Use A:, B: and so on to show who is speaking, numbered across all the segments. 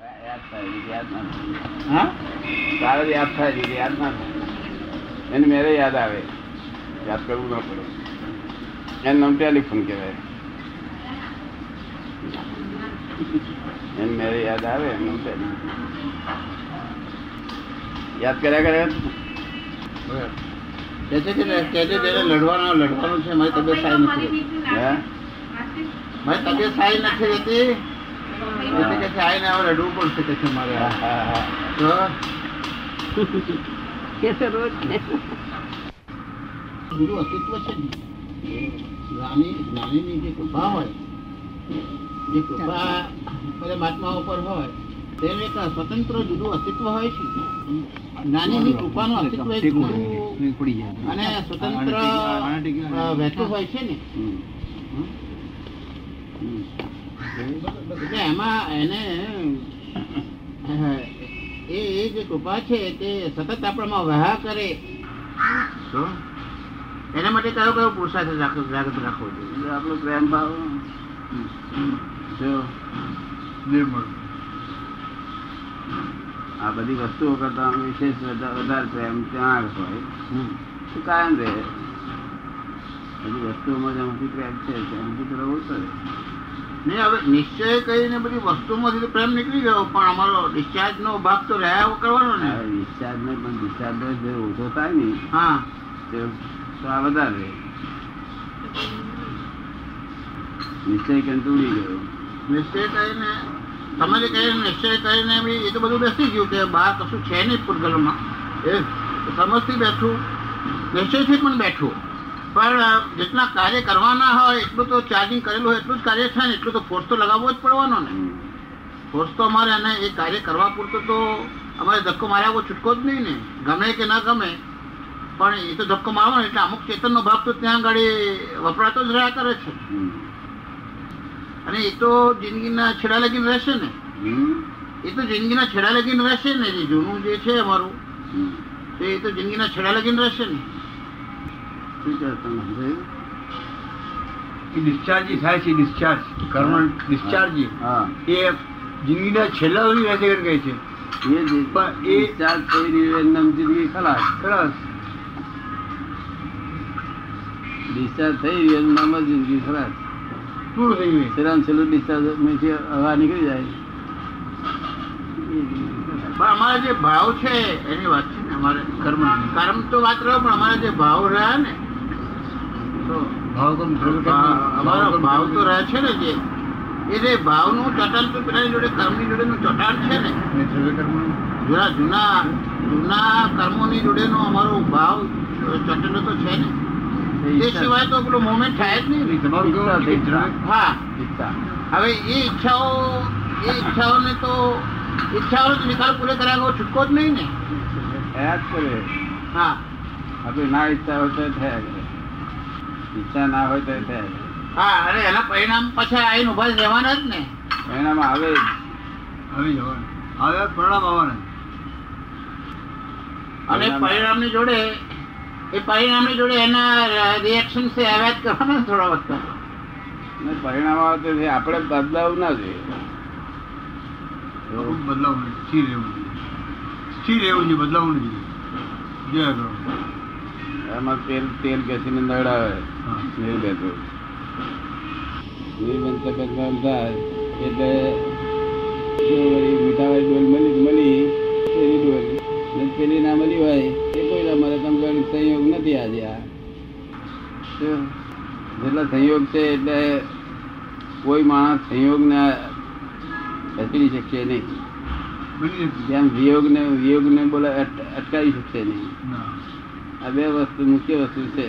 A: વ્યાપ થાય, વિર્યાદ ના થાય.
B: હા
A: તારે યાદ થાય વિર્યાદ ના થાય એને મેરે યાદ આવે યાદ કરવું ન પડે એનું નામ ટેલિફોન કહેવાય એને મેરે યાદ આવે એનું નામ ટેલિફોન યાદ કર્યા કરે
B: બરાબર. કહે છે કે તે- કહે છે કે એને લડવાના- લડવાનું છે મારી તબિયત સારી નથી રહેતી.
A: હે
B: મારી તબિયત સારી નથી રહેતી એટલે કે છે, આઈને હવે લડવું પડશે કે છે મારે
A: હા, હા, હા.
B: તો ગુરુ અસ્તિત્વ છે ને. જ્ઞાની જ્ઞાનીની જે કૃપા હોય જે કૃપા બધા મહાત્મા ઉપર હોય તેને એક સ્વતંત્ર જુદું અસ્તિત્વ હોય છે જ્ઞાનીની કૃપાનું અસ્તિત્વ એક જુદું અને સ્વતંત્ર અ, વહેતું હોય છે ને
A: હમ. હમ.
B: એટલે એમાં એને અ, એ એ જે કૃપા છે તે સતત આપણામાં વહા કરે તો એના માટે કયો કયો પુરુષાર્થ રાખ- જાગૃત રાખવો જોઈએ
A: એટલે આપણો પ્રેમ ભાવ જો આ બધી વસ્તુઓ કરતા વિશેષ વધા- વધારે પ્રેમ ત્યાં આગળ હોય
B: હમ.
A: તો કાયમ રહે બધી વસ્તુઓમાં જેમાંથી પ્રેમ છે તેમાંથી તો રહેવું જ પડે
B: નહીં હવે નિશ્ચય કરીને બધી વસ્તુમાંથી તો પ્રેમ નીકળી ગયો પણ અમારો discharge નો ભાગ તો રહ્યા કરવાનો ને
A: આ discharge ને પણ discharge જે ઓછો થાય ને
B: હા
A: તે- તો આ વધારે રહે નિશ્ચય કરીને તૂટી ગયો
B: નિશ્ચય કરીને તમે જે કહીને નિશ્ચય કરીને બી એ તો બધું બેસી ગયું કે બહાર કશું છે નહીં પૂતગલમાં એ સમજથી બેઠું નિશ્ચયથી પણ બેઠું પણ અ, જેટલા કાર્ય કરવાના હોય એટલું તો ચાર્જિંગ કરેલું હોય એટલું જ કાર્ય થાય ને એટલું તો ફોર્સ તો લગાવવો જ પડવાનો ને
A: હમ.
B: ફોર્સ તો અમારે અને એ કાર્ય કરવા પૂરતો તો અમારે ધક્કો માર્યા વગર છૂટકો જ નહીં ને ગમે કે ના ગમે પણ એ તો ધક્કો મારવાનો એટલે અમુક ચેતનનો ભાગ તો ત્યાં આગળ વપરાતો જ રહ્યા કરે છે
A: હમ.
B: અને એ તો જિંદગીના છેડા લગીને રહેશે ને
A: હમ.
B: એ તો જિંદગીના છેડા લગીને રહેશે ને જે જૂનું જે છે અમારું
A: હમ.
B: તો એ તો જિંદગીના છેડા લગીને રહેશે ને
A: શું કહો તમે સમજાયું?
C: ડિસ્ચાર્જ થાય છે ડિસ્ચાર્જ કર્મ ડિસ્ચાર્જ
A: હા
C: એ જિંદગીના છેલ્લા સુધી રહેશે કરીને કહે છે
A: એ જ-
C: પણ
A: એ
C: એ-
A: ચાર્જ થઈ રહ્યું એનું નામ જિંદગી ખલાસ
C: ખલાસ
A: ડિસ્ચાર્જ થઈ રહ્યું એનું નામ જ જિંદગી ખલાસ
C: પૂરું થઈ ગયું
A: છેલ્લામાં છેલ્લું discharge માંથી હવા નીકળી જાય
B: પણ અમારા જે ભાવ છે એની વાત છે ને અમારે કર્મ કર્મ તો વાત રહ્યો પણ અમારા જે ભાવ રહ્યા ને તો
C: ભાવ કમ ધ્રુવ કમ,
B: ભા- અમારો
C: કમ
B: ભાવ તો
C: ધ્રુવ
B: રહે છે ને જે એ જે ભાવનું ચટાણ તો પેલાની જોડે કર્મની જોડેનું ચટાણ છે ને
C: કમ, ને ધ્રુવ કર્મ.
B: જૂના જૂના જૂના કર્મોની જોડેનો અમારો ભાવ ચટેલો તો છે ને એ સિવાય તો પેલો મોમેન્ટ થાય જ નહીં ને.
C: તમારું કેવું લાગે?
A: ઈચ્છા.
B: હા
A: ઈચ્છા.
B: હવે એ ઈચ્છાઓ એ ઈચ્છાઓને તો ઈચ્છાઓનો તો નિકાલ પૂરો કર્યા વગર છૂટકો જ નહીં ને
A: થયા જ કરે
B: હા
A: આપણે ના ઈચ્છા હોય તો થયા કરે ઈચ્છા ના હોય તો થયા કરે
B: હા અરે એના પરિણામ પાછા આઈને ઉભા રહેવાના જ ને
A: પરિણામ આવે જ.
C: આવી જવાનું હવે પરિણામ આવવાના
B: અને
A: પરિણામ-
B: પરિણામની જોડે એ પરિણામની જોડે એના રિએક્શન છે આવ્યા જ કરવાના ને થોડા વખત
A: ને પરિણામ આવે તો થયા. આપણે બદલાવું ના જોઈએ
C: ખૂબ બદલાવ નહીં સ્થિર રહેવું જોઈએ. સ્થિર રહેવું જોઈએ બદલાવું નહીં જય કરો
A: એમાં તેલ તેલ ઘસીને નડાવે
C: હા.
A: નહીં બેઠું નહીં બનતા બદનામ થાય એટલે જો વળી મીઠાવાળી ડોલ મળી તો મળી પેલી ડોલ ને પેલી ના મળી હોય એ કોઈ ના મળે તમે કોઈ સંયોગ નથી આજે આ તો જેટલા સંયોગ છે એટલે કોઈ માણસ સંયોગને ખસેડી શકશે નહીં
C: બની જશે.
A: જેમ વિયોગને વિયોગને બોલે અટ- અટકાવી શકશે નહીં
C: ના
A: આ બે વસ્તુ મુખ્ય વસ્તુ છે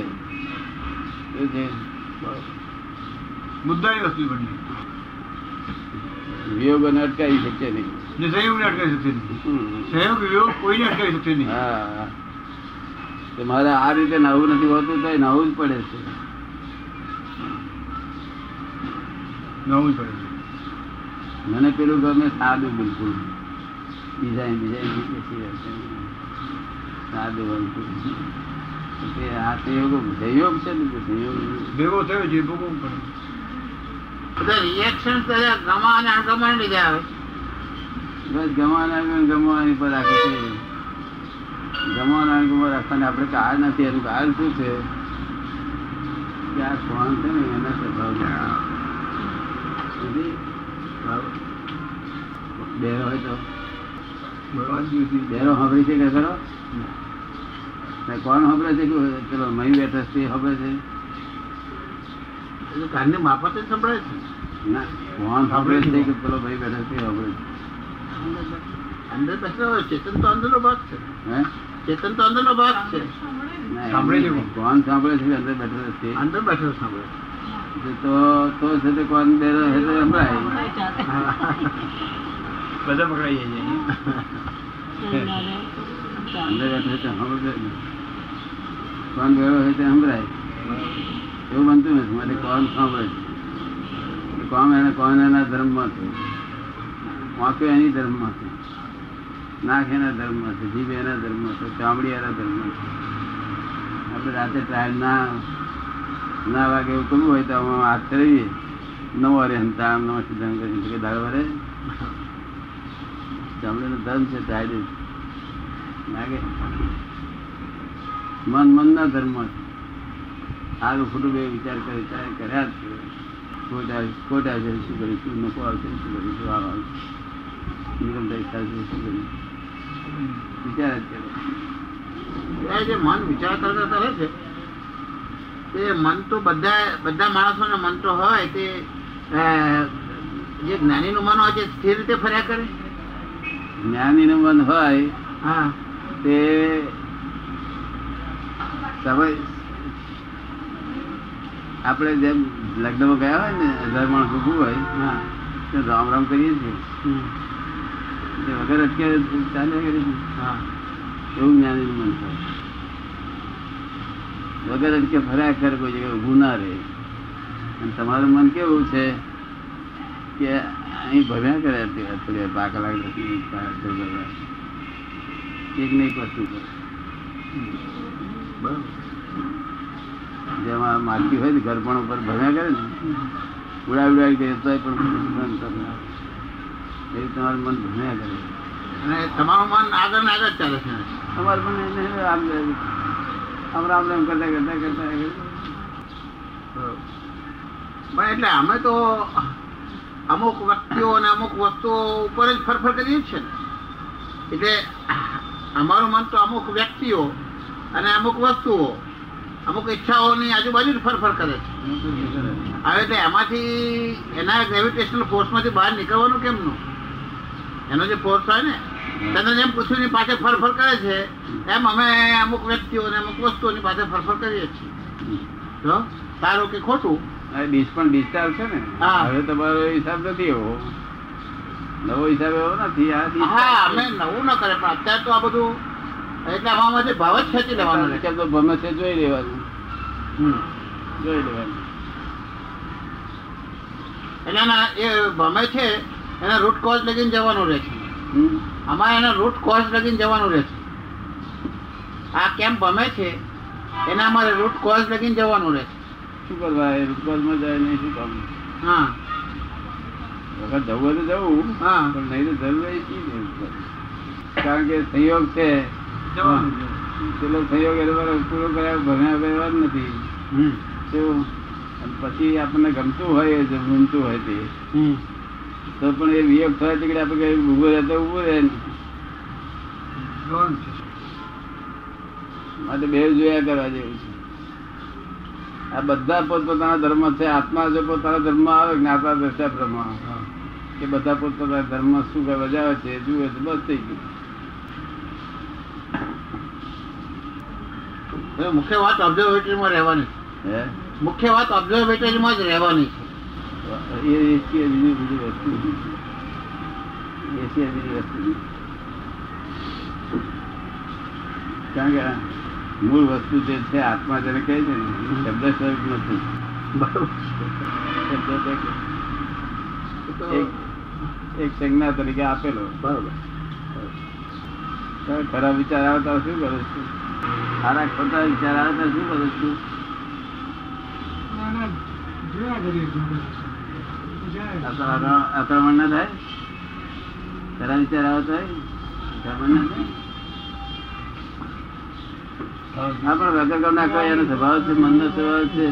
A: શું છે
C: મુદ્દાની વસ્તુ બની
A: વિયોગોને અટકાવી શકશે નહીં
C: જે સહયોગને અટકાવી શકશે નહીં
A: હમ.
C: સહયોગ વિયોગ કોઈને અટકાવી શકશે નહીં
A: હા તો મારે આ રીતે નવું નથી હોતું તો નવું જ પડે છે
C: નવું જ પડે છે.
A: મને પેલું ગમે સાદું બિલકુલ ડિઝાઇન ડિઝાઇન કેસી રહેશે. સાદું બિલકુલ તે આ સંયોગો સંયોગ છે ને સંયોગ
C: ભેગો થયો છે ભોગવવું પડે
B: બધા રિએક્શન ગમા અને અણગમાને લીધે આવે
A: બસ ગમાના ગમવાની પર રાખે છે ગમવાના ગમવા રાખવાને આપણે કારણ નથી એનું કારણ શું છે કે આ શ્વાન છે ને એના સ્વભાવ નથી. બેરો હોય તો બેરો સાંભળી છે કે ખરો ને કોણ સાંભળે છે કે પેલો મહી બેઠા છે તે સાંભળે છે
B: એટલે કાનને માફતે જ સંભળાય છે
A: ના કોણ સાંભળે છે કે પેલો મહી બેઠા છે તે સાંભળે છે
B: અંદર બેઠેલો હોય, ચેતન તો અંદરનો ભાગ છે
A: હે
B: ચેતન તો અંદરનો ભાગ છે
A: ના,
C: સાંભળે છે
A: એમ
C: કોણ?
A: કોણ સાંભળે છે અંદર બેઠેલો છે
B: અંદર બેઠેલો સાંભળે છે.
A: જે તો તો છે તે કોણ બેરો છે તે સંભળાય
C: બધા પકડાઈ જાય છે.
A: અંદર બેઠો છે સાંભળતો જ નહીં. કોણ બેરો છે તે સંભળાય એવું બનતું નથી માટે કોણ સાંભળે છે કોણ એને કોણ એના ધર્મમાં છે વાંક્યો એની ધર્મમાં છે નાક એના ધર્મમાં છે જીભ એના ધર્મમાં છે ચામડી એના ધર્મમાં છે આપણે રાતે ટાઈમ ના ના વાગે એવું કરવું હોય તો આમાં હાથ ચડાવીએ નવ વારે હંતા આમ નવ સિદ્ધાંત કરી શકે દાળ વારે ચામડીનો ધર્મ છે ટાયર લાગે મન મનના ધર્મ છે સારું ખોટું બે વિચાર કરે ત્યારે કર્યા જ કરે ખોટા ખોટા છે શું કર્યું શું નફો આવશે શું કર્યું શું આવ આવશે નિગમદાયી થશે શું કર્યું વિચાર જ કરે
B: એ જે મન વિચાર કરતા કરે છે તે મન તો બધા બધા માણસોને મન તો હોય તે અ, જે જ્ઞાનીનું મન હોય છે સ્થિર રીતે ફર્યા કરે
A: જ્ઞાનીનું મન હોય
B: હા
A: તે તમે આપણે જેમ લગ્નમાં ગયા હોય ને હજાર માણસ ઊભું હોય
B: હા
A: તો રામ રામ કરીએ છીએ
B: હમ.
A: તે વગર અટકે ચાલ્યા કરીએ છીએ
B: હા
A: એવું જ્ઞાનીનું મન થાય વગર જ કે ફર્યા કર કોઈ જગ્યાએ ઊભું ના રહે અને તમારું મન કેવું છે કે અહીં ભર્યા કરે અત્યારે થોડી વાર, બા કલાક દસ મિનિટ પાંચ દસ કલાક. એક ને એક વસ્તુ કરે
B: બરાબર
A: જેમાં માગતી હોય ને ઘરપણ ઉપર ભર્યા કરે ને ઉડા ઉડાવી કરે તોય પણ મન તમને આવે. એ તમારું મન ભર્યા કરે
B: અને તમારું મન આગળ ને આગળ ચાલે છે
A: તમારું મન એને આમ આમ રામ રામ કરતા કરતા કરતા કરતા
B: પણ એટલે અમે તો અમુક વ્યક્તિઓ અને અમુક વસ્તુઓ ઉપર જ ફરફર કરીએ છીએ ને એટલે અમારું મન તો અમુક વ્યક્તિઓ અને અમુક વસ્તુઓ અમુક ઈચ્છાઓની આજુબાજુ જ ફરફર કરે છે હવે એટલે એમાંથી એના ગ્રેવિટેશનલ ફોર્સમાંથી બહાર નીકળવાનું કેમનું એનો જે ફોર્સ હોય ને તેને જેમ પૃથ્વીની પાછળ ફરફર કરે છે એમ અમે અમુક વ્યક્તિઓ અને અમુક વસ્તુઓની પાછળ ફરફર કરીએ છીએ જો સારું કે ખોટું
A: આ ડીશ પણ ડિસ્ચાર્જ છે ને
B: હા.
A: હવે તમારો એ હિસાબ નથી એવો નવો હિસાબ એવો નથી આ
B: હા
A: discharge
B: અમે નવું ન કરે પણ અત્યારે તો આ બધું એટલે અમારા જે ભાવ જ ખેંચી લેવાનો
A: છે.
B: રહે.
A: હિસાબ તો ગમે છે જોઈ લેવાનું જોઈ લેવાનું
B: એટલે એના એ ભમે છે એના રૂટ કોઝ લગીને જવાનું રહે છે
A: હમ?
B: અમારે એના રૂટ કોઝ લગીને જવાનું રહે છે આ કેમ ભમે છે એના અમારે રૂટ કોઝ લગીને જવાનું રહે છે
A: શું કરવા એ રૂપકારમાં જાય નહીં શું કામ
B: હા
A: વખત જવું હોય તો જવું
B: હા
A: પણ નહીં તો જરૂર એ શી જરૂર? કારણ કે સંયોગ છે
C: જવાનું જ.
A: પેલો સંયોગ એટલે બરાબર પૂરો કર્યા ભણ્યા વગર જ નથી
B: હમ
A: શું? અને પછી આપણને ગમતું હોય એ ગમતું હોય તે
B: હમ
A: તો પણ એ વિયોગ થાય તો આપણે કઈ ઊભો રહે તો ઊભો રહે ને.
C: જવાનું છે.
A: માટે બે જોયા કરવા જેવું છે આ બધા પોતપોતાના ધર્મ છે આત્મા જો પોતાના ધર્મ આવે જ્ઞાતા દ્રષ્ટા બ્રહ્મ કે બધા પોતપોતાના ધર્મ શું કરવા જાવે છે જુએ છે બસ થઈ ગયું
B: હવે મુખ્ય વાત ઓબ્ઝર્વેટરીમાં રહેવાની
A: હે
B: છે મુખ્ય વાત ઓબ્ઝર્વેટરીમાં જ રહેવાની છે
A: એ એશિયા બીજી બીજી વસ્તુ નથી. એશિયા બીજી વસ્તુ નથી. કારણ કે મૂળ વસ્તુ જે છે આત્મા જેને કહે છે ને એ શબ્દ સ્વરૂપ નથી
B: બરાબર
A: શબ્દ તો
B: એ તો
A: એક- એક સંજ્ઞા તરીકે આપેલો
B: બરાબર
A: તમે ખરાબ વિચાર આવતા શું કરો છો સારા ખોટા વિચાર આવતા શું કરો છો અતરાવરણ- અતરાવરણ ના થાય ખરા વિચાર આવતો હોય ખબર નથી? હા પણ વગર ગામના કોઈ એનો સ્વભાવ છે મનનો સ્વભાવ છે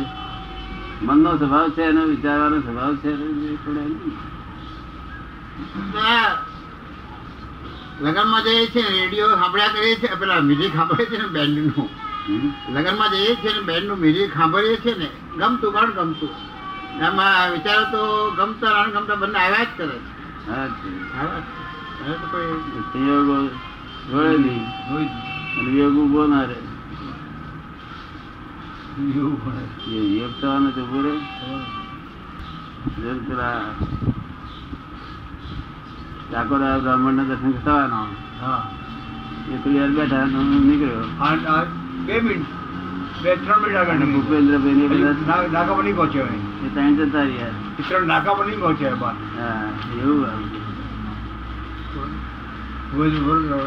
A: મનનો સ્વભાવ છે એનો વિચારવાનો સ્વભાવ છે એનો એ થોડો એમ નહીં.
B: ના. લગનમાં જઈએ છે રેડિયો સાંભળ્યા કરીએ છે પેલા મ્યુઝિક સાંભળે છે ને બેન્ડનું
A: હમ?
B: લગનમાં જઈએ છે ને બેન્ડનું મ્યુઝિક સાંભળીએ છે ને ગમતું પણ ગમતું એમાં વિચારો તો ગમતા અને ગમતા બંને આવ્યા જ કરે છે
A: હા છે.
B: આવ્યા જ કરે. હવે તો કોઈ
A: સંયોગો જોડે નહીં
C: હોય
A: અને વિયોગ ઊભો ના રહે
C: જ. એવું હોય.
A: એ વિયોગ થવાનો તો ઊભો રહે જેમ પેલા ઠાકોર બ્રાહ્મણ દર્શન થવાનો
C: હા
A: એ થોડી વાર બેઠા અને હું નીકળ્યો
C: આ- આ બે મિનિટ બે ત્રણ મિનિટ આગળ
A: અને
C: નીકળો.
A: ભૂપેન્દ્રભાઈ ને એ
C: હજી
A: બધા
C: ના- નાકા પર નહીં પહોંચ્યો હોય
A: એ ત્રણ જતા રહ્યા
C: ચિત્ર નાકા પર નહીં પહોંચ્યો બાર
A: હા એવું આવ્યું
C: રોજ રોજ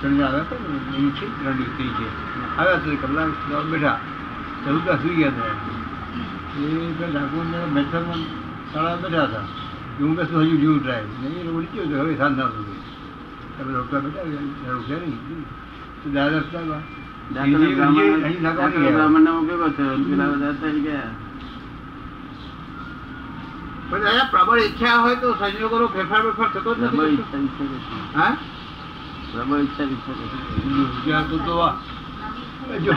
C: ચંદ્ર આવ્યા હતા ને, એની છે ત્રણ દિવસ થઈ છે આવ્યા તો એક કલાક દવા બેઠા ચલુકા સુઈ ગયા હતા એ ડાકોરના બેઠકમાં તળાવ બેઠા હતા કે હું કશું હજુ જીવ ડ્રાઈવ નહીં એ ઉડી ગયો તો હવે સાંજના સુધી તમે રોકડા બેઠા ગયા, રોક્યા નહીં તો દાદા હતા બા.
A: ડાકોર બ્રાહ્મણ
C: અહીં નાકા પર
A: ડાકોર
C: ગયા.
A: બ્રાહ્મણનો હું ભેગો થયો અને પેલા બધા થઈ ગયા
B: પણ દાદા પ્રબળ ઈચ્છા હોય તો સંજોગોનો ફેરફાર બેરફાર થતો જ
A: પ્રબળ
B: નથી
A: ઈચ્છા વિશે કશું.
B: હા
A: પ્રબળ ઈચ્છા વિશે કશું.
C: બીજા તો તો આ જો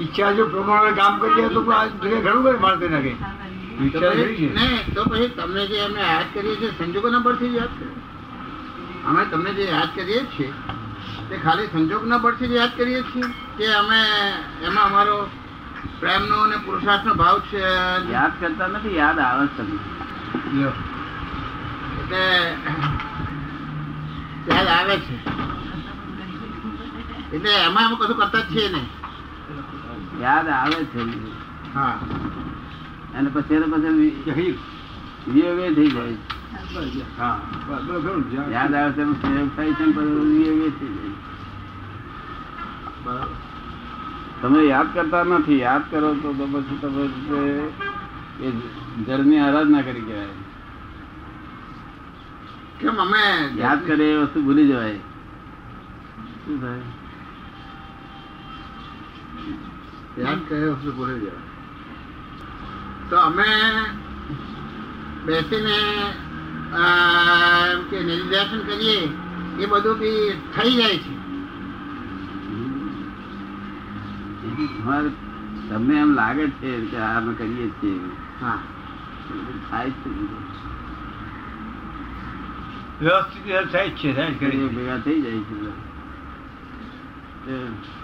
C: ઈચ્છા જો પ્રમાણે કામ કરીએ તો આ જગ્યાએ ઘણું બધું માણસે નાખે
B: તો
C: ઈચ્છા
B: પછી-
C: કરી છે
B: નહીં, તો પછી તમને જે અમે યાદ કરીએ છીએ સંજોગોના પરથી જ યાદ કરીએ અમે તમને જે યાદ કરીએ છીએ તે ખાલી સંજોગના પરથી જ યાદ કરીએ છીએ કે અમે એમાં અમારો પ્રેમનો અને પુરુષાર્થનો ભાવ છે
A: યાદ કરતા નથી યાદ આવે જ તમને
C: લ્યો.
B: એટલે યાદ આવે છે એટલે એમાં અમે કશું કરતા જ છીએ નહીં
A: યાદ આવે છે
B: હા
A: અને પછી એને પછી વિ-
C: જહીર.
A: વિયોગ એ થઈ જાય
C: હા બસ, બસ, ઘણું જ.
A: યાદ આવે છે એનો પ્રયોગ થાય છે અને પછી વિયોગ એ થઈ જાય
B: બરાબર
A: તમે યાદ કરતા નથી યાદ કરો તો તો પછી તમે જે એ જળની આરાધના કરી કહેવાય
B: કેમ અમે
A: યાદ કરે એ વસ્તુ ભૂલી જવાય શું થાય
B: યાદ કર્યો હશે ભૂલી ગયા તો અમે બેસીને આ, એમ કે નિર્દેશન કરીએ એ બધું બી થઈ જાય છે
A: તમારે તમને એમ લાગે છે કે આ અમે કરીએ જ છીએ
B: હા
A: થાય જ છે
C: વ્યવસ્થિત રીતે થાય જ છે થાય જ
A: કરીએ
C: કરી
A: ભેગા થઈ જાય છે બધા. એ-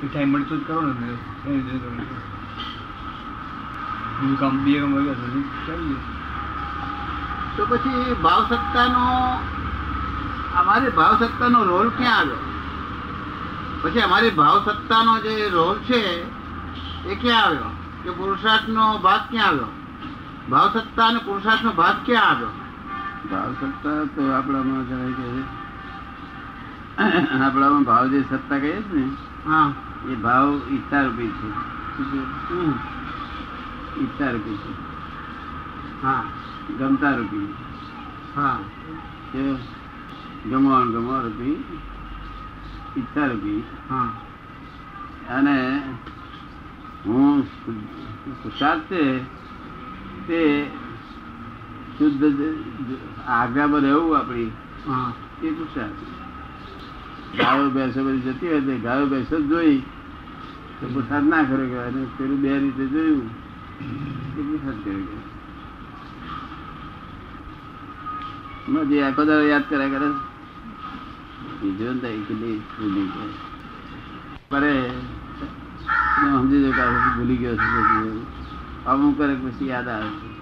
C: છે ટાઈમ મળતો જ કરો ને વ્યવસ્થિત એવી રીતે કરો. બીજું કામ બે કામ વાગ્યા સુધી ચાલી જાય.
B: તો પછી ભાવ સત્તાનો અમારી ભાવ સત્તાનો રોલ ક્યાં આવ્યો પછી અમારી ભાવ સત્તાનો જે રોલ છે એ ક્યાં આવ્યો કે પુરુષાર્થનો ભાગ ક્યાં આવ્યો ભાવ સત્તા અને પુરુષાર્થનો ભાગ ક્યાં આવ્યો
A: ભાવ સત્તા તો આપણામાં જરાય કે આપણામાં ભાવ જે સત્તા કહીએ છે
B: હા
A: ને એ ભાવ ઈચ્છા રૂપી છે શું છે?
B: હમ.
A: ઈચ્છા રૂપી છે
B: હા
A: ગમતા રૂપી
B: હા
A: કે ગમવાનું ગમવા રૂપી ઈચ્છા રૂપી
B: હા
A: અને હું પુરુષાર્થ છે તે શુદ્ધ જ- જ- આજ્ઞામાં રહેવું આપણી
B: હા
A: એ પુરુષાર્થ ગાયો ભેંસો બધી જતી હોય તે ગાયો ભેંસો જ જોઈ તો પુરુષાર્થ ના કર્યો કહેવાય અને પેલું બે રીતે જોયું એ પુરુષાર્થ કર્યો કહેવાય એમાં જે આખો દાડો યાદ કર્યા કરે બીજો ને તઈ કેટલી ભૂલી ગયો કરે તો સમજી જાય કે આ વસ્તુ ભૂલી ગયો છું બધું એવું. અમુક કરે પછી યાદ આવે છે